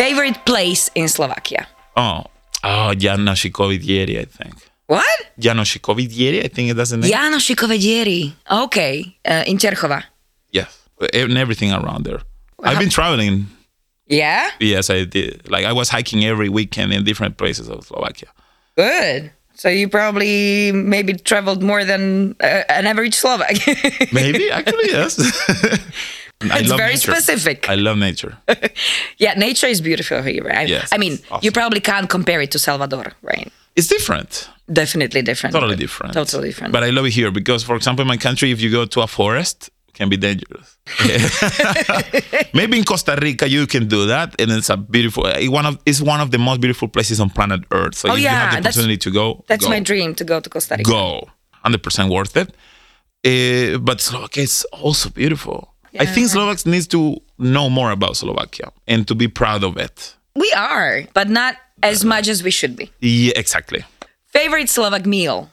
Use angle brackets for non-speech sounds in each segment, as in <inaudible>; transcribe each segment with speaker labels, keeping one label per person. Speaker 1: Favorite place in Slovakia?
Speaker 2: Oh, oh, Jana Shikovidieri, I think.
Speaker 1: What?
Speaker 2: Jana Shikovidieri, I think that's the name.
Speaker 1: Jano Šikovedieri. Okay, uh, in Čerchova.
Speaker 2: Yes, and everything around there. I've been traveling.
Speaker 1: Yeah?
Speaker 2: Yes, I did. Like I was hiking every weekend in different places
Speaker 1: <laughs>
Speaker 2: of Slovakia.
Speaker 1: Good. So you probably maybe traveled more than uh, an average Slovak. <laughs>
Speaker 2: Maybe actually, yes. <laughs> I
Speaker 1: It's
Speaker 2: love
Speaker 1: very
Speaker 2: nature.
Speaker 1: specific.
Speaker 2: I love
Speaker 1: <laughs>
Speaker 2: nature.
Speaker 1: yeah, nature is beautiful here. I,
Speaker 2: Yes,
Speaker 1: I mean,
Speaker 2: it's awesome.
Speaker 1: you probably can't compare it to Salvador, right?
Speaker 2: It's different,
Speaker 1: Definitely different.
Speaker 2: totally different.
Speaker 1: Totally different.
Speaker 2: But I love it here because, for example, in my country, if you go to a forest, it can
Speaker 1: <laughs>
Speaker 2: be dangerous. <laughs> Maybe in Costa Rica you can do that, and it's a beautiful. It one of it's one of the most beautiful places on planet Earth. So
Speaker 1: Oh,
Speaker 2: if you
Speaker 1: yeah,
Speaker 2: have the
Speaker 1: that's-
Speaker 2: opportunity to go,
Speaker 1: That's
Speaker 2: go.
Speaker 1: my dream to go to Costa Rica.
Speaker 2: go. 100% worth it. Eh, but Slovakia is also beautiful. I think Slovaks needs to know more about Slovakia and to be proud of it.
Speaker 1: We are, but not as much as we should be.
Speaker 2: Yeah, exactly.
Speaker 1: Favorite Slovak meal?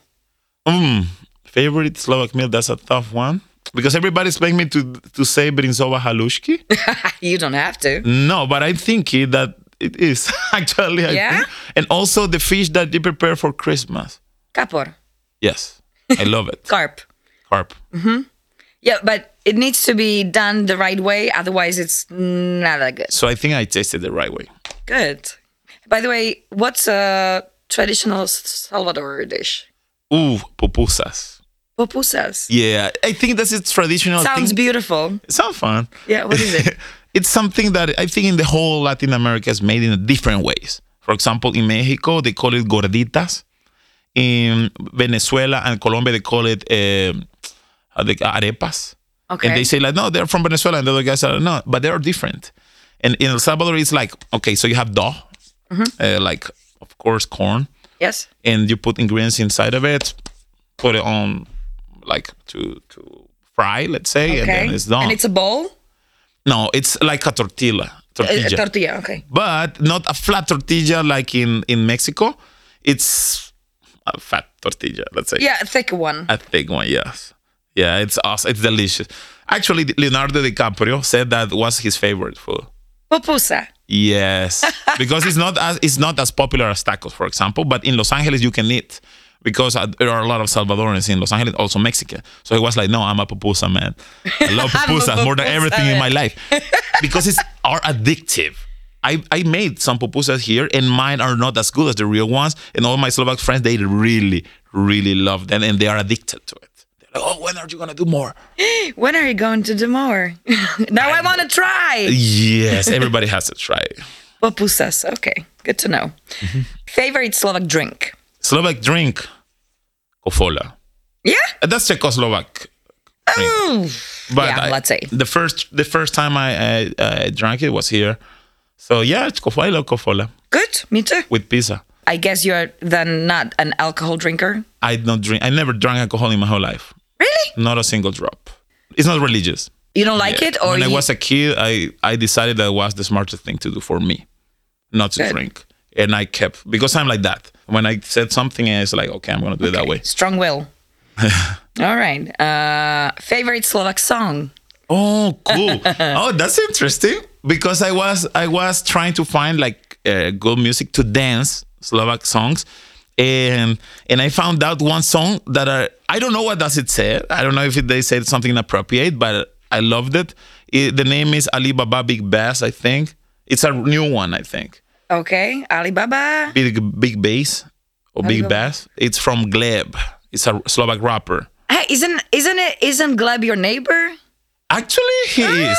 Speaker 2: Mm, favorite Slovak meal? That's a tough one. Because everybody expect me to, to say brinzova halushki.
Speaker 1: You don't have to.
Speaker 2: no, but I think it, that it is <laughs> actually. I
Speaker 1: Yeah?
Speaker 2: think. And also the fish that they prepare for Christmas.
Speaker 1: Kapor,
Speaker 2: Yes, I love it. <laughs>
Speaker 1: carp.
Speaker 2: Carp.
Speaker 1: Yeah, but it needs to be done the right way, otherwise it's not that good.
Speaker 2: So I think I tasted the right way.
Speaker 1: Good. By the way, what's a traditional S- Salvador dish?
Speaker 2: Ooh, pupusas.
Speaker 1: Pupusas.
Speaker 2: Yeah, I think that's a traditional
Speaker 1: Sounds
Speaker 2: thing.
Speaker 1: beautiful.
Speaker 2: It sounds fun.
Speaker 1: Yeah, what is
Speaker 2: <laughs>
Speaker 1: it?
Speaker 2: it's something that I think in the whole Latin America is made in different ways. For example, in Mexico they call it gorditas. In Venezuela and Colombia they call it um, how they- arepas.
Speaker 1: Okay.
Speaker 2: And they say like, no, they're from Venezuela, and the other guys are no, but they are different. And in El Salvador it's like, okay, so you have dough,
Speaker 1: Mm-hmm.
Speaker 2: uh, like of course corn,
Speaker 1: yes.
Speaker 2: and you put ingredients inside of it, put it on like to to fry, let's say, and
Speaker 1: Okay.
Speaker 2: then it's done.
Speaker 1: And it's a bowl?
Speaker 2: No, it's like a tortilla.
Speaker 1: A-
Speaker 3: Eh,
Speaker 1: A
Speaker 2: Tortilla.
Speaker 1: tortilla, okay.
Speaker 2: but not a flat tortilla like in, in Mexico. It's a fat tortilla, let's say.
Speaker 1: Yeah, a thick one.
Speaker 2: A thick one, yes. Yeah, it's awesome. It's delicious. Actually, Leonardo DiCaprio said that was his favorite food.
Speaker 1: Pupusa. <laughs>
Speaker 2: Yes, because it's not as it's not as popular as tacos, for example. But in Los Angeles, you can eat because uh, there are a lot of Salvadorans in Los Angeles, also Mexican. So he was like, "No, I'm a pupusa
Speaker 1: <laughs>
Speaker 2: man. I love
Speaker 1: I'm a
Speaker 2: pupusas more than
Speaker 1: pupusa
Speaker 2: everything in my
Speaker 1: man."
Speaker 2: life
Speaker 1: <laughs>
Speaker 2: because it's are addictive." I, I made some pupusas here and mine are not as good as the real ones. And all my Slovak friends, they really, really love them and they are addicted to it. They're like, oh, when are you going to do more?
Speaker 1: When are you going to do more? <laughs> now I want to try.
Speaker 2: Yes, everybody has to
Speaker 1: <laughs>
Speaker 2: try.
Speaker 1: Pupusas. Okay. Good to know.
Speaker 2: Mm-hmm.
Speaker 1: Favorite Slovak drink?
Speaker 2: Slovak drink, kofola.
Speaker 1: Yeah. Oh,
Speaker 2: Uh, That's Czechoslovak.
Speaker 1: Ooh.
Speaker 2: But
Speaker 1: Yeah,
Speaker 2: I-
Speaker 1: let's say.
Speaker 2: the first the first time I, I, I drank it was here. So yeah, it's cofola, I love cofola
Speaker 1: Good. Me too.
Speaker 2: with pizza.
Speaker 1: I guess you're then not an alcohol drinker.
Speaker 2: I don't drink. I never drank alcohol in my whole life.
Speaker 1: Really?
Speaker 2: Not a single drop. It's not religious.
Speaker 1: You don't like
Speaker 2: Yeah.
Speaker 1: it, or
Speaker 2: when I
Speaker 1: you-
Speaker 2: was a kid, I I decided that was the smartest thing to do for me, not to
Speaker 1: Good.
Speaker 2: drink, and I kept because I'm like that. When I said something, I was like, okay, I'm gonna do it that way.
Speaker 1: strong
Speaker 2: <laughs>
Speaker 1: will. All right. Uh, favorite Slovak song?
Speaker 2: Oh, cool. <laughs> oh, that's interesting because I was I was trying to find like uh, good music to dance Slovak songs, and and I found out one song that are I don't know what does it say. I don't know if it, they said something inappropriate, but I loved it. It- The name is Alibaba Big Bass, I think. It's a new one, I think.
Speaker 3: Okay, Alibaba.
Speaker 2: Big Big Bass or Big Bass. It's from Gleb. It's a Slovak rapper.
Speaker 3: Hey, isn't isn't it isn't Gleb your neighbor?
Speaker 2: Actually, he is.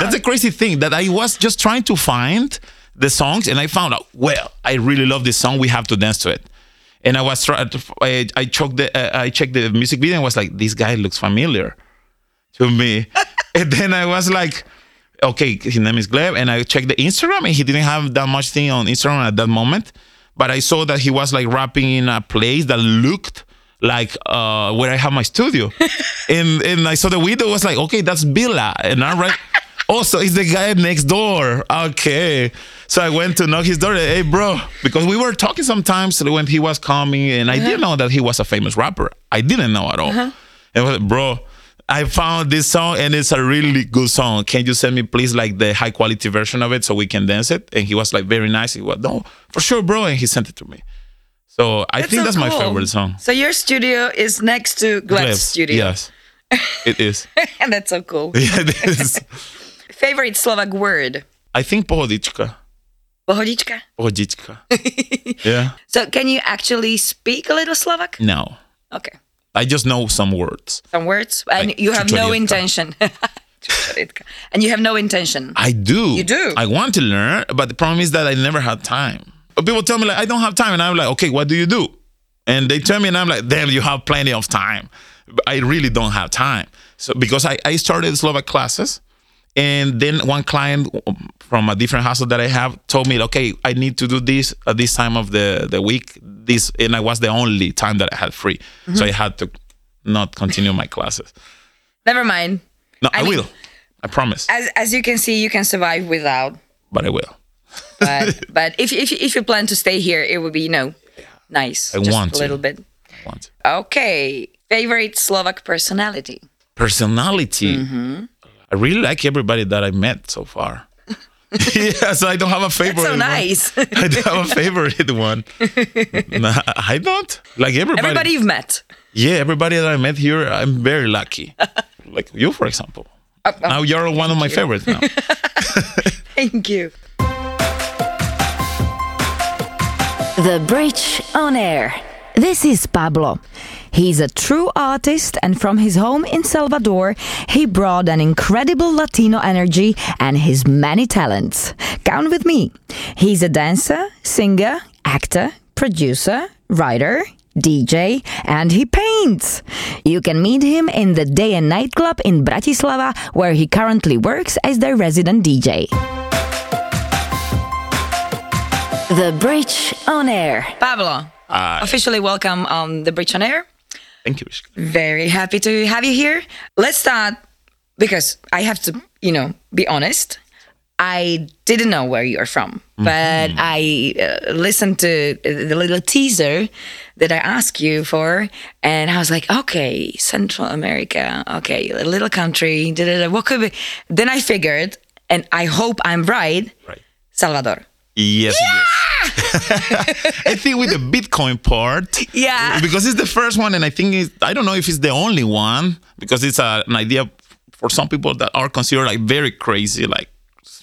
Speaker 2: That's the crazy thing that I was just trying to find the songs, and I found out. Well, I really love this song. We have to dance to it. And I was trying. To, I, I checked the uh, I checked the music video and was like, this guy looks familiar to me. and then I was like, okay, his name is Gleb. And I checked the Instagram, and he didn't have that much thing on Instagram at that moment. But I saw that he was like rapping in a place that looked like uh, where I have my studio. and and I saw the window was like, okay, that's Villa. And I'm right. Also, it's the guy next door. Okay. So I went to knock his door. Hey, bro, because we were talking sometimes when he was coming, and I didn't know that he was a famous rapper. I didn't know at all. And I was like, bro, I found this song, and it's a really good song. Can you send me, please, like the high quality version of it so we can dance it? And he was like, very nice. He was, no, for sure, bro. And he sent it to me. So I think
Speaker 3: so
Speaker 2: that's my
Speaker 3: cool.
Speaker 2: favorite song.
Speaker 3: So your studio is next to Gleb's
Speaker 2: Yes,
Speaker 3: studio.
Speaker 2: Yes. It
Speaker 3: <laughs>
Speaker 2: is. <laughs>
Speaker 3: and that's so cool.
Speaker 2: Yeah, it is.
Speaker 3: Favorite Slovak word?
Speaker 2: I think pohodička.
Speaker 3: Bohodička. <laughs>
Speaker 2: Pohodička. yeah.
Speaker 3: So can you actually speak a little Slovak?
Speaker 2: No.
Speaker 3: Okay.
Speaker 2: I just know some words.
Speaker 3: Some words. And
Speaker 2: Like
Speaker 3: you have no
Speaker 2: Čučoriedka.
Speaker 3: intention. <laughs> Čučoriedka. and you have no intention.
Speaker 2: I do.
Speaker 3: You do?
Speaker 2: I want to learn, but the problem is that I never had time. People tell me like I don't have time, and I'm like, okay, what do you do? And they tell me, and I'm like, damn, you have plenty of time. But I really don't have time. So because I, I started Slovak classes, and then one client from a different hustle that I have told me, okay, I need to do this at this time of the the week. This and I was the only time that I had free, so I had to not continue my classes.
Speaker 3: Never mind.
Speaker 2: No,
Speaker 3: I
Speaker 2: I,
Speaker 3: mean-
Speaker 2: will. I promise,
Speaker 3: As as you can see, you can survive without.
Speaker 2: but I will. <laughs>
Speaker 3: But but if if if you plan to stay here, it would be you know nice.
Speaker 2: I
Speaker 3: just
Speaker 2: want
Speaker 3: a
Speaker 2: to.
Speaker 3: little bit.
Speaker 2: I want to.
Speaker 3: Okay. Favorite Slovak personality?
Speaker 2: personality.
Speaker 3: Mm-hmm.
Speaker 2: I really like everybody that I met so far.
Speaker 3: <laughs>
Speaker 2: yeah, so I don't have a favorite.
Speaker 3: So
Speaker 2: one.
Speaker 3: nice.
Speaker 2: <laughs> I don't have a favorite
Speaker 3: <laughs>
Speaker 2: one. no, I don't. Like everybody.
Speaker 3: Everybody you've met.
Speaker 2: Yeah, everybody that I met here, I'm very
Speaker 3: <laughs>
Speaker 2: lucky. like you, for example.
Speaker 3: Uh,
Speaker 2: now you're one of my favorites
Speaker 3: <laughs>
Speaker 2: now.
Speaker 3: Thank you.
Speaker 1: The Bridge on Air.
Speaker 3: This is Pablo. He's a true artist, and from his home in Salvador, he brought an incredible Latino energy and his many talents. Count with me. He's a dancer, singer, actor, producer, writer, DJ, and he paints. You can meet him in the Day and Night Club in Bratislava, where he currently works as their resident DJ.
Speaker 1: The Bridge on Air.
Speaker 3: Pablo,
Speaker 2: Hi.
Speaker 3: officially welcome on the Bridge on Air.
Speaker 2: Thank you. Vishka.
Speaker 3: Very happy to have you here. Let's start because I have to, you know, be honest. I didn't know where you're from, but I uh, listened to the little teaser that I asked you for, and I was like, okay, Central America, okay, a little country, da, da, da, what could be? Then I figured, and I hope I'm right,
Speaker 2: Right.
Speaker 3: Salvador.
Speaker 2: Yes, it is. <laughs> I think with the Bitcoin part,
Speaker 3: Yeah.
Speaker 2: because it's the first one, and I think it's, I don't know if it's the only one because it's a, an idea for some people that are considered like very crazy, like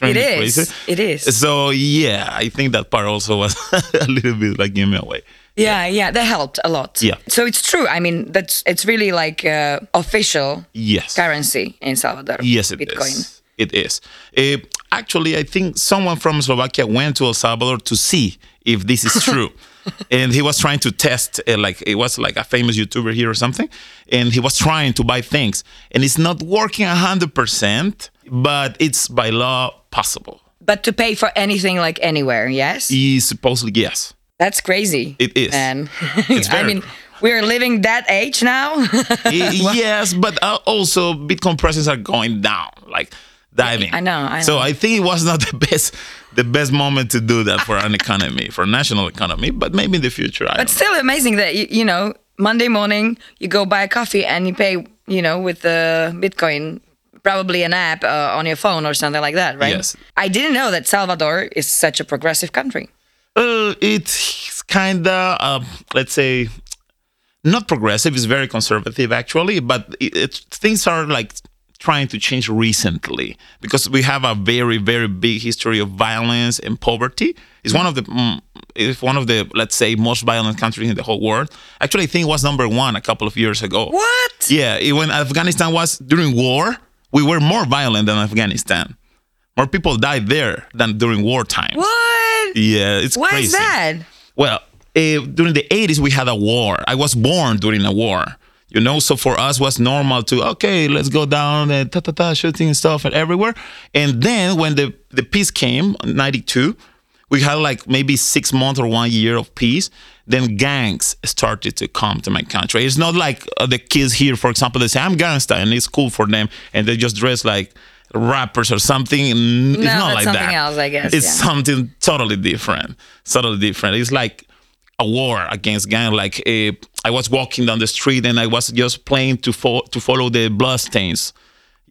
Speaker 3: It
Speaker 2: extremely
Speaker 3: is.
Speaker 2: crazy.
Speaker 3: It is.
Speaker 2: So yeah, I think that part also was <laughs> a little bit like give me away.
Speaker 3: Yeah, yeah, that helped a lot.
Speaker 2: Yeah.
Speaker 3: So it's true. I mean, that's it's really like uh, official
Speaker 2: Yes.
Speaker 3: currency in Salvador.
Speaker 2: Yes, it is.
Speaker 3: Bitcoin.
Speaker 2: It is. Eh, actually, I think someone from Slovakia went to El Salvador to see if this is true. and he was trying to test, eh, like, it was like a famous YouTuber here or something. And he was trying to buy things. And it's not working 100%, but it's by law possible.
Speaker 3: But to pay for anything like anywhere, yes?
Speaker 2: He supposedly, yes.
Speaker 3: That's crazy.
Speaker 2: It is.
Speaker 3: And <laughs>
Speaker 2: It's
Speaker 3: I
Speaker 2: very-
Speaker 3: mean, we're living that age now. <laughs>
Speaker 2: Eh, <laughs> yes, but uh, also Bitcoin prices are going down, like diving.
Speaker 3: I know, I
Speaker 2: So
Speaker 3: know.
Speaker 2: I think it was not <laughs> the best, the best moment to do that for an economy, for national economy. But maybe in the future, I
Speaker 3: but
Speaker 2: don't
Speaker 3: still amazing that, you, you know, Monday morning you go buy a coffee and you pay, you know, with the Bitcoin, probably an app uh, on your phone or something like that, right?
Speaker 2: Yes.
Speaker 3: I didn't know that Salvador is such a progressive country.
Speaker 2: know. Uh, it's kind of, um, let's say, not progressive. It's very conservative, actually. But it, it, things are like trying to change recently because we have a very very big history of violence and poverty. It's one of the mm, it's one of the let's say most violent countries in the whole world. Actually, I think it was number one a couple of years ago.
Speaker 3: What?
Speaker 2: Yeah, it- when Afghanistan was during war, we were more violent than Afghanistan. More people died there than during wartime.
Speaker 3: What?
Speaker 2: Yeah, it's
Speaker 3: Why
Speaker 2: crazy.
Speaker 3: is that?
Speaker 2: Well, eh, during the 80s, we had a war. I was born during a war. You know, so for us was normal to okay, let's go down and ta ta ta shooting and stuff and everywhere. And then when the the peace came, '92, we had like maybe six months or one year of peace. Then gangs started to come to my country. It's not like uh, the kids here, for example, they say I'm gangsta and it's cool for them, and they just dress like rappers or something. And it's
Speaker 3: No,
Speaker 2: not
Speaker 3: that's
Speaker 2: like
Speaker 3: something
Speaker 2: that.
Speaker 3: else, I guess,
Speaker 2: It's
Speaker 3: yeah.
Speaker 2: something totally different. Totally different. It's like a war against gang. Like eh, I was walking down the street and I was just playing to fo- to follow the bloodstains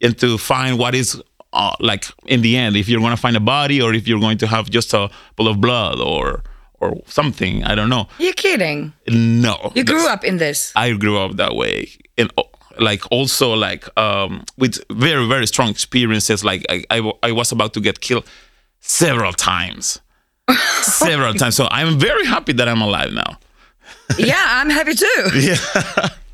Speaker 2: and to find what is uh, like in the end if you're going to find a body or if you're going to have just a pool of blood or or something. I don't know.
Speaker 3: You're kidding.
Speaker 2: No.
Speaker 3: You grew
Speaker 2: That's-
Speaker 3: up in
Speaker 2: <laughs>
Speaker 3: this.
Speaker 2: I grew up that way, and uh, like also like um, with very very strong experiences. Like I, I wa- I was about to get killed several times, several times. So I'm very happy that I'm alive now.
Speaker 3: yeah, I'm happy too. Yeah.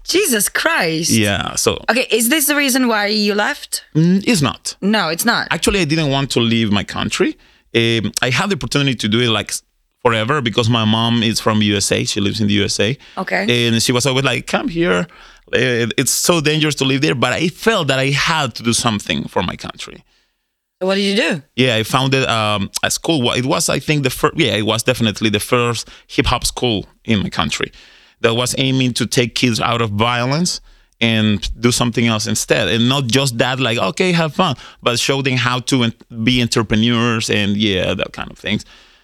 Speaker 3: Jesus Christ.
Speaker 2: Yeah. So
Speaker 3: Okay, is this the reason why you left?
Speaker 2: mm, it's not.
Speaker 3: No, it's not.
Speaker 2: Actually, I didn't want to leave my country. Um, I had the opportunity to do it like s- forever because my mom is from USA. She lives in the USA.
Speaker 3: Okay.
Speaker 2: And she was always like, "Come here." Eh, It's so dangerous to live there, but I felt that I had to do something for my country.
Speaker 3: So what did you do?
Speaker 2: Yeah, I founded um, a school. Well, It was, I think, the first. Yeah, it was definitely the first hip hop school in my country that was aiming to take kids out of violence and do something else instead, and not just that, like okay, have fun, but show them how to en- be entrepreneurs and yeah, that kind of things.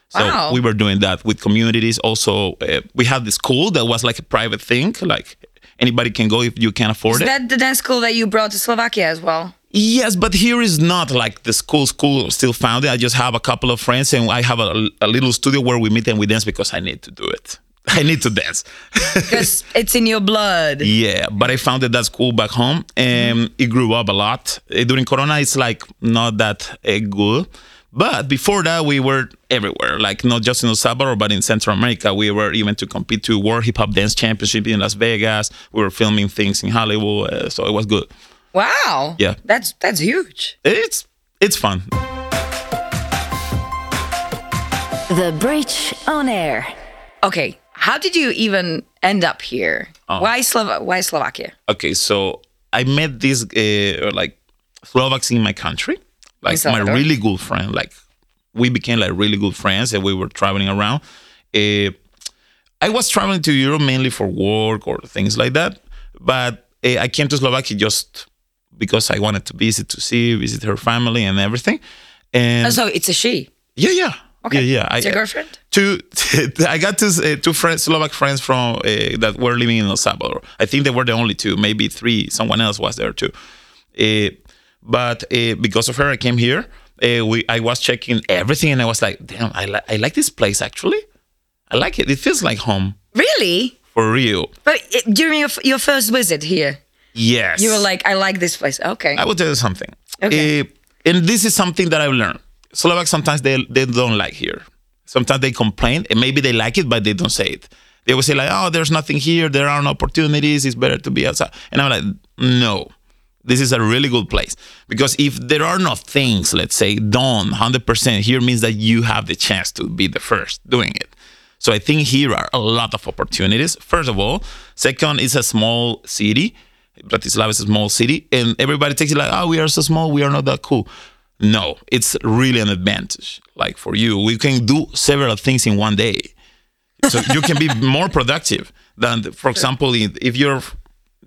Speaker 2: So
Speaker 3: Wow.
Speaker 2: we were doing that with communities. Also, uh, we had the school that was like a private thing, like anybody can go if you can afford
Speaker 3: Is
Speaker 2: it.
Speaker 3: that the dance school that you brought to Slovakia as
Speaker 2: <laughs>
Speaker 3: well?
Speaker 2: Yes, but here is not like the school. School still founded. I just have a couple of friends, and I have a, a little studio where we meet and we dance because I need to do it. <laughs> I need to dance.
Speaker 3: Because it's in your blood.
Speaker 2: yeah, but I founded that school back home, and it grew up a lot. Eh, During Corona, it's like not that uh, good. But before that, we were everywhere, like not just in El Salvador, but in Central America. We were even to compete to World Hip Hop Dance Championship in Las Vegas. We were filming things in Hollywood, uh, so it was good.
Speaker 3: Wow.
Speaker 2: Yeah.
Speaker 3: That's that's huge.
Speaker 2: It's it's fun.
Speaker 4: The Bridge on Air.
Speaker 3: Okay. How did you even end up here?
Speaker 2: Oh.
Speaker 3: Why Slova- why Slovakia?
Speaker 2: okay, so I met these uh, like Slovaks in my country, like my
Speaker 3: Salvador?
Speaker 2: really good friend. Like we became like really good friends, and we were traveling around. Uh, I was traveling to Europe mainly for work or things like that, but uh, I came to Slovakia just because I wanted to visit to see, visit her family and everything. And
Speaker 3: Oh, so it's a she.
Speaker 2: yeah, yeah,
Speaker 3: Okay.
Speaker 2: yeah, yeah. I-
Speaker 3: It's your girlfriend?
Speaker 2: two <laughs> I got two uh, two friends Slovak friends from uh, that were living in El Salvador. I think they were the only two, maybe three. Someone else was there too. Uh, but uh, because of her, I came here. Uh, we I was checking everything, and I was like, damn, I li- I like this place actually. I like it. It feels like home
Speaker 3: Really?
Speaker 2: for real.
Speaker 3: But it, during your, f- your first visit here,
Speaker 2: Yes,
Speaker 3: you were like, I like this place. Okay.
Speaker 2: I will tell you something.
Speaker 3: Okay.
Speaker 2: Eh, and this is something that I've learned. Slovaks sometimes they, they don't like here. Sometimes they complain and maybe they like it, but they don't say it. They will say like, oh, there's nothing here. There aren't opportunities. It's better to be outside. And I'm like, no, this is a really good place because if there are no things, let's say done 100% here means that you have the chance to be the first doing it. So I think here are a lot of opportunities. First of all, second, it's a small city. Bratislava is a small city, and everybody takes it like, "Oh, we are so small, we are not that cool." No, it's really an advantage. Like for you, we can do several things in one day, so you can be <laughs> more productive than, for example, in- if you're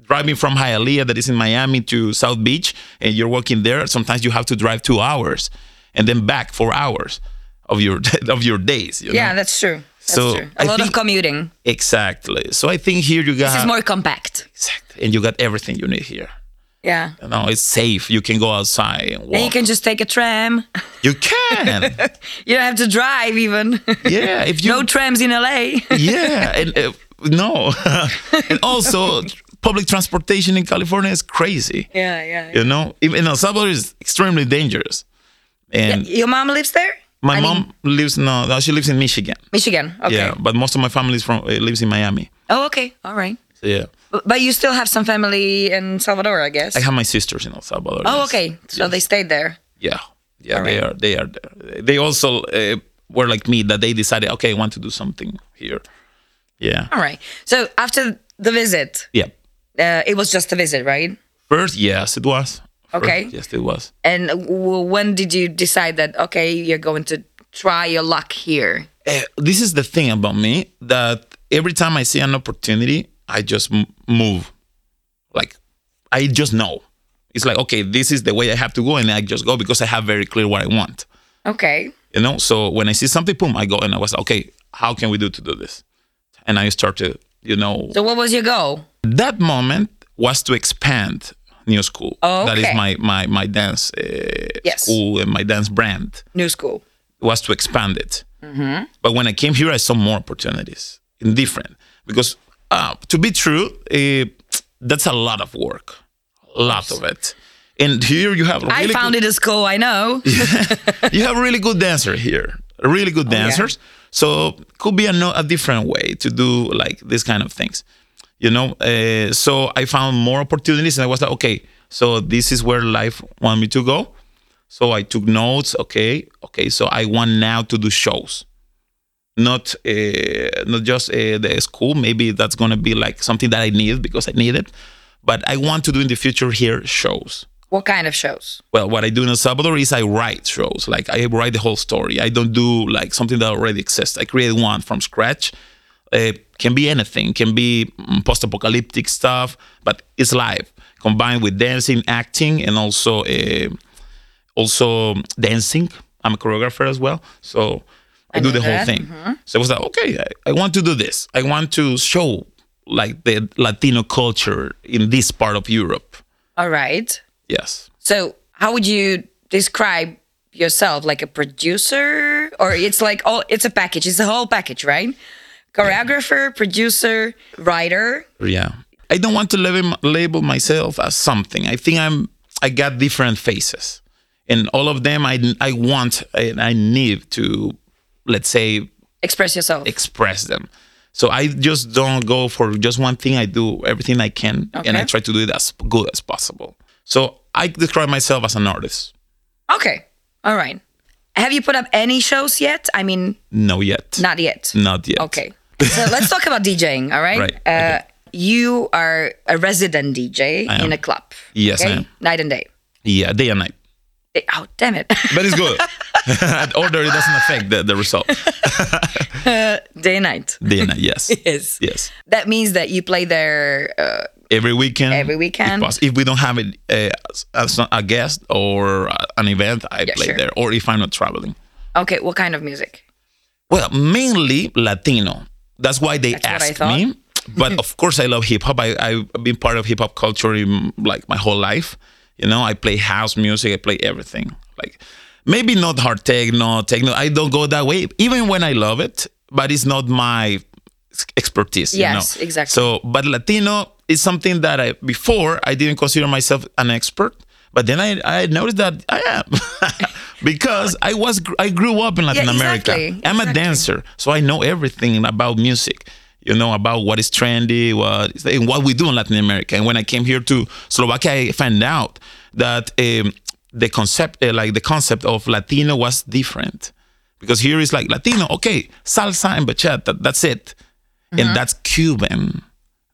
Speaker 2: driving from Hialeah, that is in Miami, to South Beach, and you're walking there. Sometimes you have to drive two hours and then back four hours of your <laughs> of your days. you
Speaker 3: yeah,
Speaker 2: know?
Speaker 3: that's true. That's
Speaker 2: So,
Speaker 3: true.
Speaker 2: I
Speaker 3: A lot of
Speaker 2: think-
Speaker 3: commuting.
Speaker 2: Exactly. So I think here you got
Speaker 3: This is more compact.
Speaker 2: exactly, and you got everything you need here.
Speaker 3: Yeah.
Speaker 2: You know, it's safe. You can go outside and walk.
Speaker 3: Then you can just take a tram. <laughs>
Speaker 2: You can.
Speaker 3: You don't have to drive even. <laughs>
Speaker 2: yeah, if you
Speaker 3: no trams in LA.
Speaker 2: yeah, <laughs> and uh, no, and also public transportation in California is crazy.
Speaker 3: Yeah, yeah.
Speaker 2: You know, even El Salvador is extremely dangerous. And
Speaker 3: Your mom lives there?
Speaker 2: my
Speaker 3: I mean-
Speaker 2: mom lives no, no, she lives in Michigan.
Speaker 3: Michigan. Okay.
Speaker 2: Yeah, but most of my family is from uh, lives in Miami.
Speaker 3: Oh, okay. All right.
Speaker 2: So, yeah,
Speaker 3: B- But you still have some family in Salvador, I guess.
Speaker 2: I have my sisters in El Salvador.
Speaker 3: oh,
Speaker 2: yes.
Speaker 3: okay. So they stayed there.
Speaker 2: Yeah, yeah, they are. They are. There. They also uh, were like me that they decided, okay, I want to do something here. Yeah,
Speaker 3: All right. So after the visit,
Speaker 2: yeah.
Speaker 3: uh, it was just a visit, right?
Speaker 2: First, yes, it was. First,
Speaker 3: Okay.
Speaker 2: yes, it was.
Speaker 3: And w- when did you decide that okay, you're going to try your luck here?
Speaker 2: Uh, this is the thing about me that every time I see an opportunity, I just m- move. Like, I just know. It's like, okay, this is the way I have to go, and I just go because I have very clear what I want.
Speaker 3: Okay.
Speaker 2: you know so when i see something boom i go and i was like okay how can we do to do this and i started you know
Speaker 3: So what was your goal?
Speaker 2: that moment was to expand new school
Speaker 3: Oh,
Speaker 2: that is
Speaker 3: okay.
Speaker 2: my my my dance uh,
Speaker 3: Yes.
Speaker 2: school and my dance brand
Speaker 3: New school.
Speaker 2: was to expand it but when i came here i saw more opportunities in different because uh, to be true uh, that's a lot of work a lot of it and here you have
Speaker 3: I
Speaker 2: really good-
Speaker 3: founded a school. I know.
Speaker 2: <laughs> you have really good dancer here really good dancers so could be a, no, a different way to do like this kind of things you know uh, so i found more opportunities and i was like okay so this is where life want me to go so i took notes okay okay so i want now to do shows not uh, not just uh, the school maybe that's gonna be like something that i need because i need it but i want to do in the future here shows
Speaker 3: what kind of shows?
Speaker 2: well, what I do in El Salvador is I write shows. Like I write the whole story. I don't do like something that already exists. I create one from scratch. It can be anything. Can be mm, post-apocalyptic stuff, but it's live, combined with dancing, acting, and also uh, also dancing. I'm a choreographer as well, so I, do
Speaker 3: know
Speaker 2: the whole
Speaker 3: that. Mm-hmm.
Speaker 2: thing. So I was like, okay, I, I want to do this. I want to show like the Latino culture in this part of Europe.
Speaker 3: All right.
Speaker 2: Yes.
Speaker 3: So how would you describe yourself? Like a producer, or it's like all it's a package. It's a whole package, right? Choreographer, producer, writer.
Speaker 2: Yeah. I don't want to label, label myself as something. I think I'm I got different faces. And all of them I I want and I need to let's say
Speaker 3: Express yourself.
Speaker 2: express them. So I just don't go for just one thing. I do everything I can and I
Speaker 3: Okay.
Speaker 2: try to do it as good as possible. So I describe myself as an artist.
Speaker 3: okay. All right. Have you put up any shows yet? I mean,
Speaker 2: No yet.
Speaker 3: not yet.
Speaker 2: Not yet.
Speaker 3: Okay. So let's talk about DJing, all right?
Speaker 2: Right,
Speaker 3: Uh,
Speaker 2: okay.
Speaker 3: You are a resident DJ
Speaker 2: I am.
Speaker 3: in a club.
Speaker 2: Yes, I am.
Speaker 3: Night and day.
Speaker 2: Yeah, day and night.
Speaker 3: Eh, Oh, damn it. <laughs>
Speaker 2: But it's good. <laughs> Order it doesn't affect the, the result.
Speaker 3: day and night.
Speaker 2: Day and night,
Speaker 3: <laughs>
Speaker 2: yes.
Speaker 3: Yes.
Speaker 2: Yes.
Speaker 3: That means that you play there. Uh,
Speaker 2: every weekend.
Speaker 3: Every weekend.
Speaker 2: If, poss- if we don't have it uh, as, as a guest or uh, an event, I
Speaker 3: Yeah,
Speaker 2: play
Speaker 3: sure.
Speaker 2: there. Or if I'm not traveling.
Speaker 3: okay, what kind of music?
Speaker 2: Well, mainly Latino. That's why they
Speaker 3: what I
Speaker 2: asked me.
Speaker 3: <laughs> thought.
Speaker 2: But of course, I love hip hop. I, I've been part of hip hop culture in, like my whole life. You know, I play house music. I play everything. Like maybe not hard techno, techno. I don't go that way. Even when I love it, but it's not my s- expertise. you
Speaker 3: Yes,
Speaker 2: know?
Speaker 3: exactly.
Speaker 2: So, but Latino is something that I before I didn't consider myself an expert. But then I, I noticed that I am <laughs> because I was gr- I grew up in Latin America.
Speaker 3: exactly,
Speaker 2: I'm a dancer, so I know everything about music. You know about what is trendy, what is, and what we do in Latin America. And when I came here to Slovakia, I found out that um, the concept, uh, like the concept of Latino, was different because here is like Latino, okay, salsa and bachata, that's it,
Speaker 3: Mm-hmm.
Speaker 2: and that's Cuban.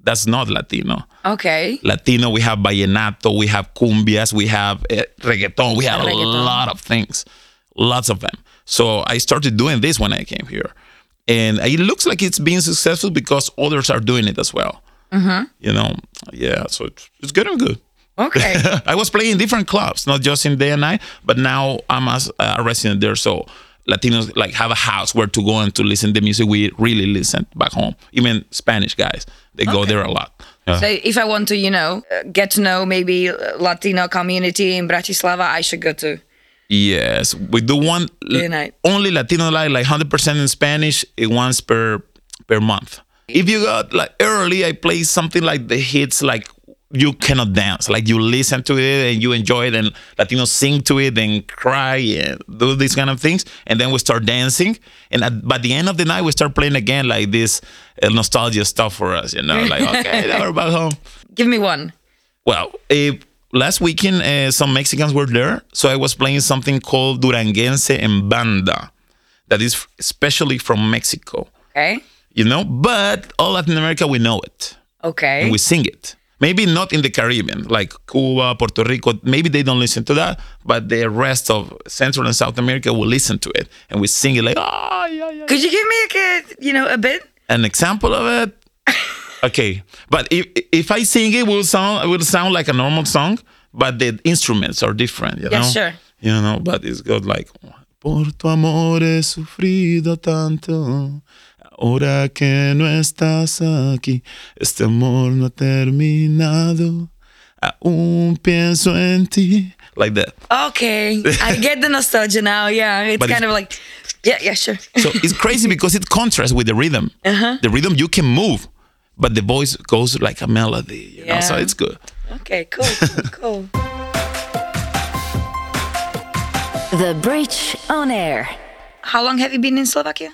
Speaker 2: That's not Latino.
Speaker 3: Okay.
Speaker 2: Latino, we have vallenato, we have cumbias, we have uh, reggaeton, we have a
Speaker 3: Reggaeton.
Speaker 2: lot of things, lots of them. So I started doing this when I came here, and it looks like it's being successful because others are doing it as well.
Speaker 3: Mm-hmm.
Speaker 2: You know, yeah. So it's, it's good and good. <laughs>
Speaker 3: Okay.
Speaker 2: I was playing in different clubs, not just in day and night, but now I'm as a resident there, so. Latinos like have a house where to go and to listen the music we really listen back home. Even Spanish guys, they go there a lot. Yeah.
Speaker 3: so if I want to, you know, uh, get to know maybe uh, Latino community in Bratislava, I should go to.
Speaker 2: Yes, we do one
Speaker 3: Day night.
Speaker 2: only Latino live, like hundred percent in Spanish, eh, once per per month. If you got like early, I play something like the hits like you cannot dance. Like you listen to it and you enjoy it, and Latinos sing to it and cry and do these kind of things. And then we start dancing. And at, by the end of the night, we start playing again like this uh, nostalgia stuff for us. You know,
Speaker 3: <laughs>
Speaker 2: like okay, now we're back home.
Speaker 3: Give me one.
Speaker 2: Well, eh, last weekend uh, some Mexicans were there, so I was playing something called Duranguense en Banda, that is f- especially from Mexico.
Speaker 3: Okay.
Speaker 2: You know, but all Latin America we know it
Speaker 3: Okay.
Speaker 2: and we sing it. Maybe not in the Caribbean, like Cuba, Puerto Rico. Maybe they don't listen to that, but the rest of Central and South America will listen to it and we sing it like, ah, yeah, yeah.
Speaker 3: Could you give me like a, you know, a bit?
Speaker 2: An example of it? Okay, but if if I sing it, will sound it will sound like a normal song, but the instruments are different. You
Speaker 3: Yeah,
Speaker 2: know?
Speaker 3: sure.
Speaker 2: You know, but it's got like por tu amor he sufrido tanto. Ahora que no estás aquí, este amor no ha terminado. Aún pienso en ti. Like that.
Speaker 3: Okay.
Speaker 2: <laughs>
Speaker 3: I get the nostalgia now. Yeah. It's
Speaker 2: But
Speaker 3: kind
Speaker 2: it's-
Speaker 3: of like, yeah, yeah, sure.
Speaker 2: So it's crazy because it contrasts with the rhythm.
Speaker 3: Uh-huh.
Speaker 2: The rhythm you can move, but the voice goes like a melody. You know, so
Speaker 3: Yeah.
Speaker 2: it's good.
Speaker 3: <laughs> Okay, cool, cool, cool.
Speaker 4: The Bridge on Air.
Speaker 3: How long have you been in Slovakia?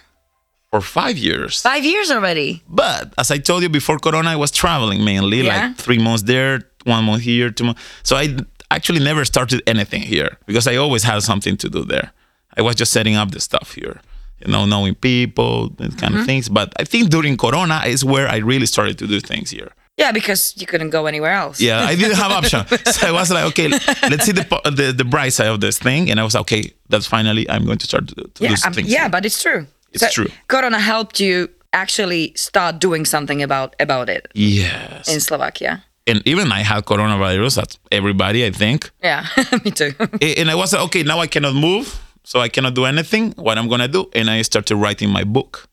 Speaker 2: for five years.
Speaker 3: Five years already.
Speaker 2: But as I told you before Corona, I was traveling mainly,
Speaker 3: Yeah.
Speaker 2: like three months there, one month here, two months. So I actually never started anything here because I always had something to do there. I was just setting up the stuff here, you know, knowing people and kind
Speaker 3: Mm-hmm.
Speaker 2: of things. But I think during Corona is where I really started to do things here.
Speaker 3: Yeah, because you couldn't go anywhere
Speaker 2: <laughs>
Speaker 3: else.
Speaker 2: Yeah, I didn't have option. So I was like, okay, let's see the, po- the the bright side of this thing. And I was like, okay, that's finally I'm going to start to, to
Speaker 3: Yeah,
Speaker 2: do
Speaker 3: um,
Speaker 2: things. here.
Speaker 3: yeah, but it's true.
Speaker 2: It's true.
Speaker 3: Corona helped you actually start doing something about about it
Speaker 2: yes.
Speaker 3: in Slovakia.
Speaker 2: and even I had coronavirus. That's everybody, I think.
Speaker 3: Yeah, <laughs> me too.
Speaker 2: A- And I was like, okay, now I cannot move, so I cannot do anything. What I'm gonna do? And I started writing my book.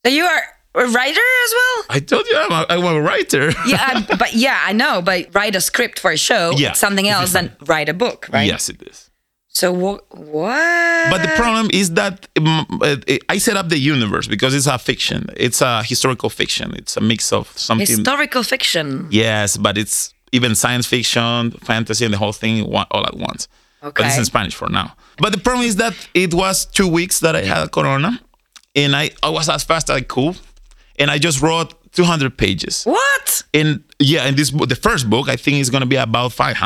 Speaker 3: so you are a writer as well?
Speaker 2: I told you I'm a, I'm a writer.
Speaker 3: <laughs>
Speaker 2: <laughs>
Speaker 3: Yeah, I, but yeah, I know. But write a script for a show.
Speaker 2: Yeah,
Speaker 3: it's something else than write a book, right?
Speaker 2: Yes, it is.
Speaker 3: So what? What?
Speaker 2: But the problem is that um, uh, I set up the universe because it's a fiction. It's a historical fiction. It's a mix of something.
Speaker 3: historical fiction.
Speaker 2: yes, but it's even science fiction, fantasy, and the whole thing one, all at once. But it's in
Speaker 3: Okay.
Speaker 2: Spanish for now. But the problem is that it was two weeks that I had Corona, and I, I was as fast as I could, and I just wrote 200 pages.
Speaker 3: What?
Speaker 2: And yeah, and this book, the first book, I think is going to be about 500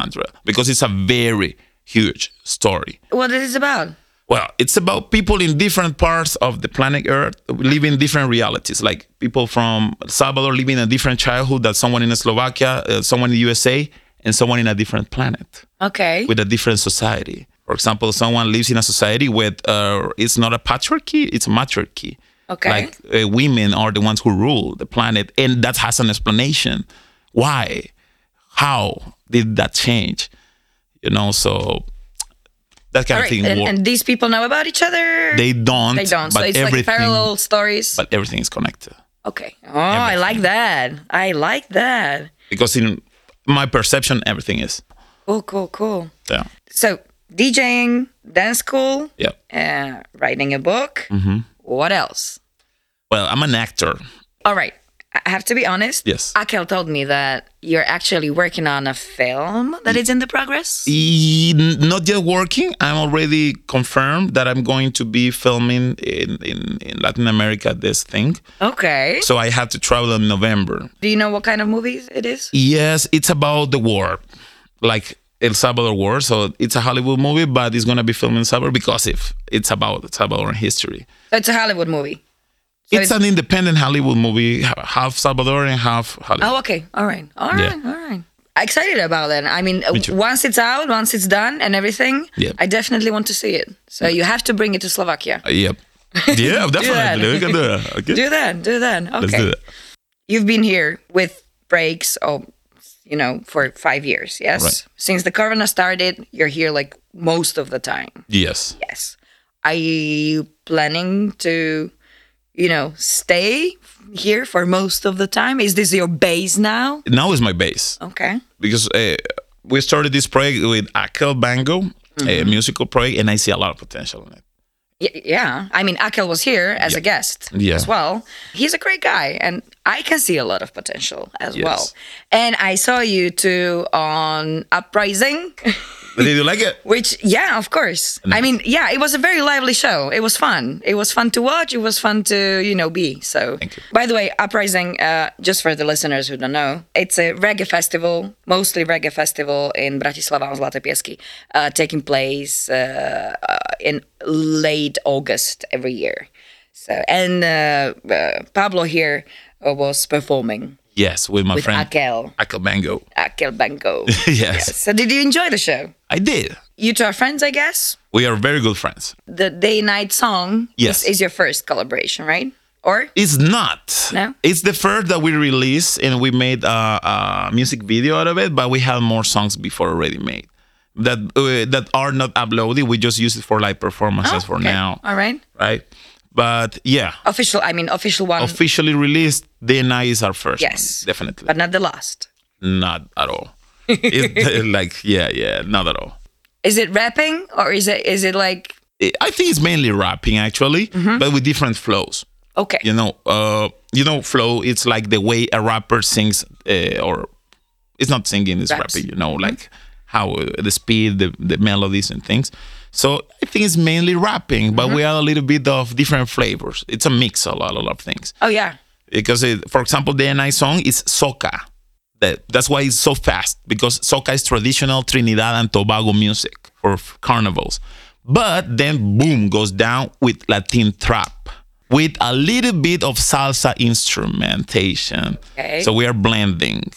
Speaker 2: because it's a very huge story.
Speaker 3: What is it about?
Speaker 2: Well, it's about people in different parts of the planet Earth living different realities. Like people from El Salvador living a different childhood that someone in Slovakia, uh, someone in the USA, and someone in a different planet
Speaker 3: Okay.
Speaker 2: with a different society. For example, someone lives in a society where uh, it's not a patriarchy, it's a matriarchy.
Speaker 3: Okay.
Speaker 2: Like uh, women are the ones who rule the planet, and that has an explanation. Why? How did that change? You know, so that kind
Speaker 3: All
Speaker 2: of
Speaker 3: right.
Speaker 2: thing.
Speaker 3: And,
Speaker 2: work-
Speaker 3: and these people know about each other.
Speaker 2: they don't.
Speaker 3: They don't.
Speaker 2: But
Speaker 3: so it's
Speaker 2: everything,
Speaker 3: like parallel stories.
Speaker 2: But everything is connected.
Speaker 3: okay. Oh, I like that. I like that.
Speaker 2: Because in my perception, everything is.
Speaker 3: Cool, cool, cool.
Speaker 2: Yeah.
Speaker 3: So DJing, dance school,
Speaker 2: Yeah.
Speaker 3: uh, writing a book.
Speaker 2: Mm-hmm.
Speaker 3: What else?
Speaker 2: Well, I'm an actor.
Speaker 3: All right. I I have to be honest.
Speaker 2: Yes.
Speaker 3: Akel told me that you're actually working on a film that is in the progress.
Speaker 2: E- not yet working. I'm already confirmed that I'm going to be filming in, in, in Latin America this thing.
Speaker 3: Okay.
Speaker 2: So I have to travel in November.
Speaker 3: Do you know what kind of movie it is?
Speaker 2: Yes, it's about the war, like El Salvador war. So it's a Hollywood movie, but it's gonna be filmed in Salvador because if it's about El Salvadoran history.
Speaker 3: So it's a Hollywood movie.
Speaker 2: it's, an independent Hollywood movie, ha- half Salvadoran, half Hollywood.
Speaker 3: Oh, okay. All right. All right.
Speaker 2: Yeah.
Speaker 3: All right. Excited about that. I mean, uh,
Speaker 2: Me too.
Speaker 3: once it's out, once it's done and everything,
Speaker 2: Yeah.
Speaker 3: I definitely want to see it. So you have to bring it to Slovakia.
Speaker 2: Uh, Yep. Yeah,
Speaker 3: that.
Speaker 2: definitely. we can <laughs> do <laughs> that. Okay.
Speaker 3: Do that. Do that. Okay.
Speaker 2: Let's do that.
Speaker 3: You've been here with breaks, oh, you know, for five years. Yes.
Speaker 2: Right.
Speaker 3: Since the corona started, you're here like most of the time.
Speaker 2: Yes.
Speaker 3: Yes. Are you planning to, you know, stay here for most of the time? Is this your base now?
Speaker 2: Now is my base.
Speaker 3: Okay.
Speaker 2: because uh, we Mm-hmm. started this project with Akel Bango, a musical project, and I see a lot of potential in it.
Speaker 3: Y- yeah. I mean, Akel was here as a guest
Speaker 2: Yeah.
Speaker 3: as well. He's a great guy, and I can see a lot of potential as
Speaker 2: Yes.
Speaker 3: well. And I saw you two on Uprising,
Speaker 2: But did you like it?
Speaker 3: which, yeah, of course. I mean, yeah, it was a very lively show. It was fun. It was fun to watch. It was fun to, you know, be. So,
Speaker 2: Thank you.
Speaker 3: by the way, Uprising, uh, just for the listeners who don't know, it's a reggae festival, mostly reggae festival in Bratislava on Zlate Pieski, uh, taking place uh, uh, in late August every year. So, and uh, uh, Pablo here uh, was performing
Speaker 2: Yes, with my
Speaker 3: with
Speaker 2: friend
Speaker 3: Akel,
Speaker 2: Akel Mango.
Speaker 3: Akel Bango.
Speaker 2: <laughs> Yes.
Speaker 3: So, did you enjoy the show?
Speaker 2: I did.
Speaker 3: You two are friends, I guess?
Speaker 2: We are very good friends.
Speaker 3: the day night song
Speaker 2: Yes.
Speaker 3: is, is your first collaboration, right? Or
Speaker 2: It's not.
Speaker 3: No?
Speaker 2: It's the first that we released and we made a, a music video out of it, but we had more songs before already made that uh, that are not uploaded. We just use it for live performances for
Speaker 3: Oh, Okay.
Speaker 2: now,
Speaker 3: All right.
Speaker 2: right? But yeah,
Speaker 3: Official, I mean, official one,
Speaker 2: officially released, DNA is our first. one,
Speaker 3: Yes.
Speaker 2: definitely.
Speaker 3: but not the last.
Speaker 2: not at all.
Speaker 3: <laughs>
Speaker 2: it's <laughs> like yeah, yeah, not at all.
Speaker 3: Is it rapping or is it is it like
Speaker 2: I- I think it's mainly rapping actually,
Speaker 3: Mm-hmm.
Speaker 2: but with different flows.
Speaker 3: okay?
Speaker 2: You know, uh, you know, flow. It's like the way a rapper sings, uh, or it's not singing, it's
Speaker 3: Raps. Mm-hmm.
Speaker 2: rapping. You know, like how uh, the speed, the, the melodies, and things. So I think it's mainly rapping,
Speaker 3: Mm-hmm.
Speaker 2: but we add a little bit of different flavors. It's a mix, a lot, a lot of things.
Speaker 3: Oh yeah,
Speaker 2: Because, it, for example, the NI song is soca. That, that's why it's so fast because soca is traditional Trinidad and Tobago music for f- carnivals. But then, boom, goes down with Latin trap with a little bit of salsa instrumentation.
Speaker 3: Okay.
Speaker 2: So we are blending,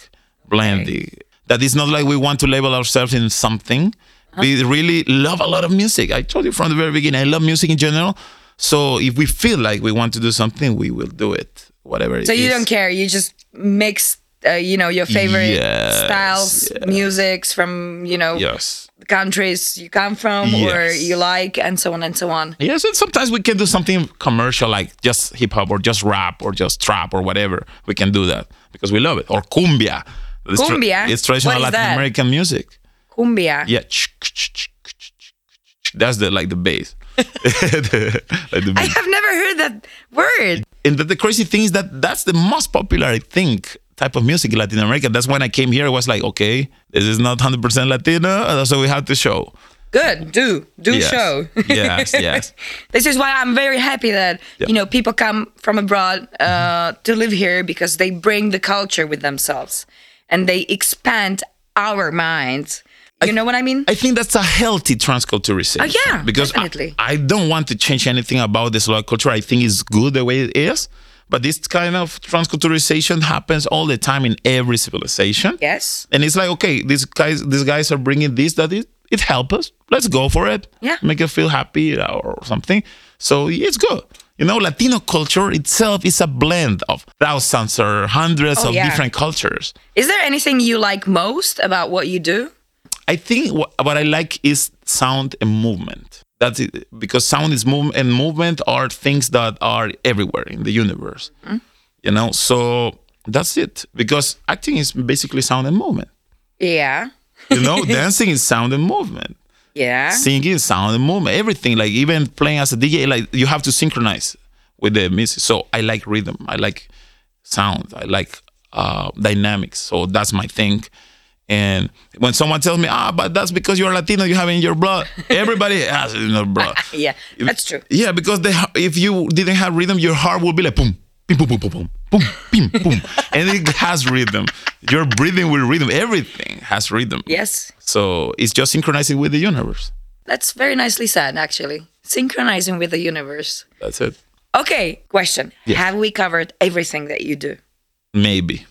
Speaker 2: blending. That is not like we want to label ourselves in something.
Speaker 3: Uh-huh.
Speaker 2: We really love a lot of music. I told you from the very beginning, I love music in general. So if we feel like we want to do something, we will do it, whatever it
Speaker 3: so you
Speaker 2: is.
Speaker 3: don't care. You just mix, uh, you know, your favorite
Speaker 2: Yes,
Speaker 3: styles, musics from you know
Speaker 2: Yes.
Speaker 3: countries you come from or
Speaker 2: Yes.
Speaker 3: you like, and so on and so on.
Speaker 2: Yes, and sometimes we can do something commercial like just hip hop or just rap or just trap or whatever. We can do that because we love it. Or cumbia. It's tra-
Speaker 3: Cumbia?
Speaker 2: It's traditional
Speaker 3: What is
Speaker 2: Latin
Speaker 3: that?
Speaker 2: American music.
Speaker 3: Cumbia.
Speaker 2: Yeah. That's the like the
Speaker 3: <laughs>
Speaker 2: bass. like the
Speaker 3: I <laughs>
Speaker 2: beat.
Speaker 3: have never heard that word.
Speaker 2: and the, the crazy thing is that that's the most popular, I think, type of music in Latin America. That's when I came here. I was like, okay, this is not 100% Latino, uh, so we have to show.
Speaker 3: Good. Do do
Speaker 2: Yes.
Speaker 3: show.
Speaker 2: <laughs>
Speaker 3: <laughs>
Speaker 2: yes, yes.
Speaker 3: this is why I'm very happy that
Speaker 2: Yeah. Mm-hmm.
Speaker 3: you know people come from abroad uh, to live here because they bring the culture with themselves and they expand our minds. You know what I mean?
Speaker 2: I think that's a healthy transculturization.
Speaker 3: Oh, yeah,
Speaker 2: because I-
Speaker 3: definitely.
Speaker 2: I, don't want to change anything about the Slovak culture. I think it's good the way it is, but this kind of transculturization happens all the time in every civilization.
Speaker 3: yes.
Speaker 2: and it's like okay, these guys, these guys are bringing this that it it helps us. Let's go for it.
Speaker 3: Yeah.
Speaker 2: make us feel happy or something. So it's good. You know, Latino culture itself is a blend of thousands or hundreds
Speaker 3: Oh,
Speaker 2: of
Speaker 3: yeah.
Speaker 2: different cultures.
Speaker 3: Is there anything you like most about what you do?
Speaker 2: I think what, what I like is sound and movement. That's it, because sound is movement and movement are things that are everywhere in the universe.
Speaker 3: Mm-hmm.
Speaker 2: You know, so that's it. Because acting is basically sound and movement.
Speaker 3: Yeah.
Speaker 2: You
Speaker 3: <laughs>
Speaker 2: know, dancing is sound and movement.
Speaker 3: Yeah.
Speaker 2: Singing is sound and movement. Everything, like even playing as a DJ, like you have to synchronize with the music. So I like rhythm. I like sound. I like uh, dynamics. So that's my thing. And when someone tells me, ah, but that's because you're Latino, you have it in your blood. Everybody <laughs> has it in their blood.
Speaker 3: <laughs> Yeah. That's true.
Speaker 2: Yeah, because they, ha- if you didn't have rhythm, your heart would be like boom, pim, boom, boom, boom, boom, boom, pim,
Speaker 3: <laughs>
Speaker 2: boom, and it has rhythm. Your breathing with rhythm. Everything has rhythm.
Speaker 3: Yes.
Speaker 2: So it's just synchronizing with the universe.
Speaker 3: That's very nicely said, actually. Synchronizing with the universe.
Speaker 2: That's it.
Speaker 3: Okay. Question
Speaker 2: Yes.
Speaker 3: Have we covered everything that you do?
Speaker 2: Maybe.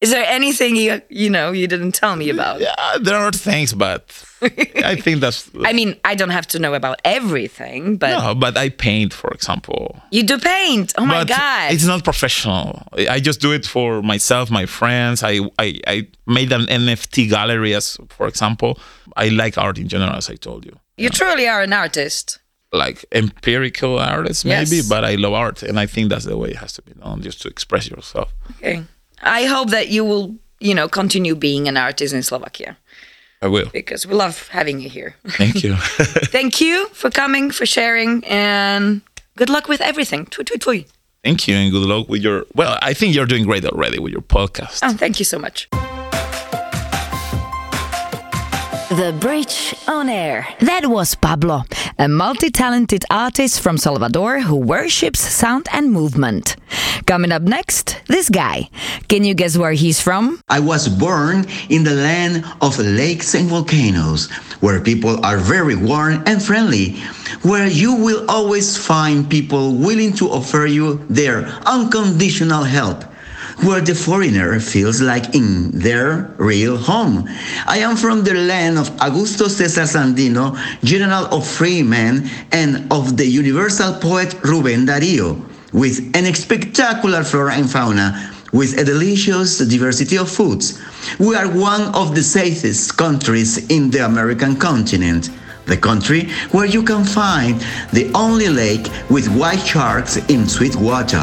Speaker 3: Is there anything you you know you didn't tell me about?
Speaker 2: Yeah, there are things, but I think
Speaker 3: <laughs>
Speaker 2: that's.
Speaker 3: I mean, I don't have to know about everything, but
Speaker 2: no, but I paint, for example.
Speaker 3: you do paint. Oh my
Speaker 2: but
Speaker 3: god!
Speaker 2: it's not professional. I I just do it for myself, my friends. I, I I made an NFT gallery, as for example. I like art in general, as I told you.
Speaker 3: you truly are an artist.
Speaker 2: Like empirical artist, maybe,
Speaker 3: Yes.
Speaker 2: but I love art, and I think that's the way it has to be done, just to express yourself.
Speaker 3: Okay. I hope that you will, you know, continue being an artist in Slovakia.
Speaker 2: I
Speaker 3: <laughs>
Speaker 2: will.
Speaker 3: because we love having you
Speaker 2: <laughs>
Speaker 3: here.
Speaker 2: Thank you.
Speaker 3: Thank you for coming, for sharing, and good luck with everything. Tui, tui, tui.
Speaker 2: thank you and good luck with your. Well, I think you're doing great already with your podcast.
Speaker 3: Oh, thank you so much.
Speaker 4: The Bridge on Air.
Speaker 1: That was Pablo, a multi talented artist from Salvador who worships sound and movement. Coming up next, this guy. Can you guess where he's from?
Speaker 5: I was born in the land of lakes and volcanoes, where people are very warm and friendly, where you will always find people willing to offer you their unconditional help, where the foreigner feels like in their real home. I am from the land of Augusto César Sandino, general of free men, and of the universal poet Rubén Darío, with an spectacular flora and fauna with a delicious diversity of foods. We are one of the safest countries in the American continent. The country where you can find the only lake with white sharks in sweet water.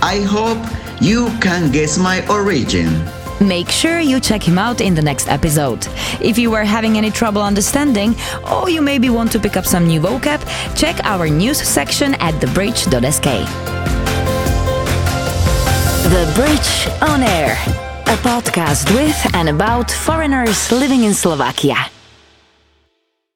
Speaker 5: I hope you can guess my origin.
Speaker 1: Make sure you check him out in the next episode. If you were having any trouble understanding, or you maybe want to pick up some new vocab, check our news section at thebridge.sk.
Speaker 4: The Bridge on Air. A podcast with and about foreigners living in Slovakia.